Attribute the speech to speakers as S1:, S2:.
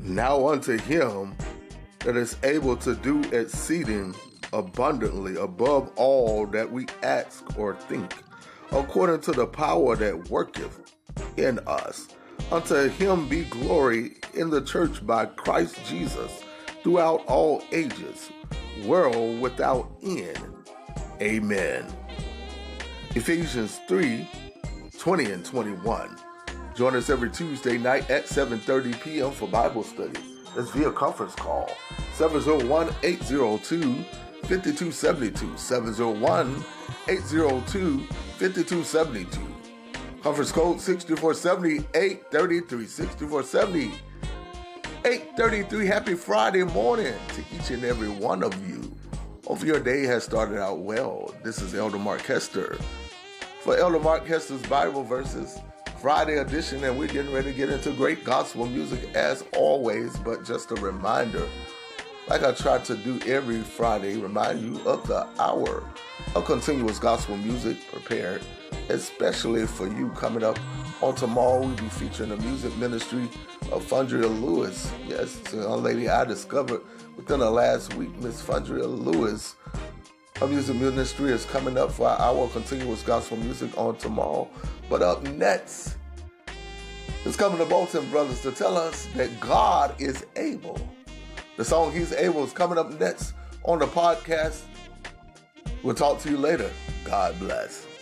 S1: Now unto him that is able to do exceeding abundantly above all that we ask or think, according to the power that worketh in us. Unto him be glory in the church by Christ Jesus throughout all ages, world without end. Amen. Ephesians 3 20 and 21. Join us every Tuesday night at 7.30 p.m. for Bible study. That's via conference call. 701-802-5272. 701-802-5272. Conference code 6470-833. 833. Happy Friday morning to each and every one of you. Hope your day has started out well. This is Elder Mark Hester for Elder Mark Hester's Bible Verses Friday edition, and we're getting ready to get into great gospel music as always. But just a reminder, like I try to do every Friday, remind you of the hour of continuous gospel music prepared, especially for you coming up on tomorrow. We'll be featuring the music ministry of Fundria Lewis. Yes, it's a young lady I discovered within the last week, Miss Fundria Lewis. Our music ministry is coming up for our continuous gospel music on tomorrow. But up next, it's coming to Bolton Brothers to tell us that God is able. The song He's Able is coming up next on the podcast. We'll talk to you later. God bless.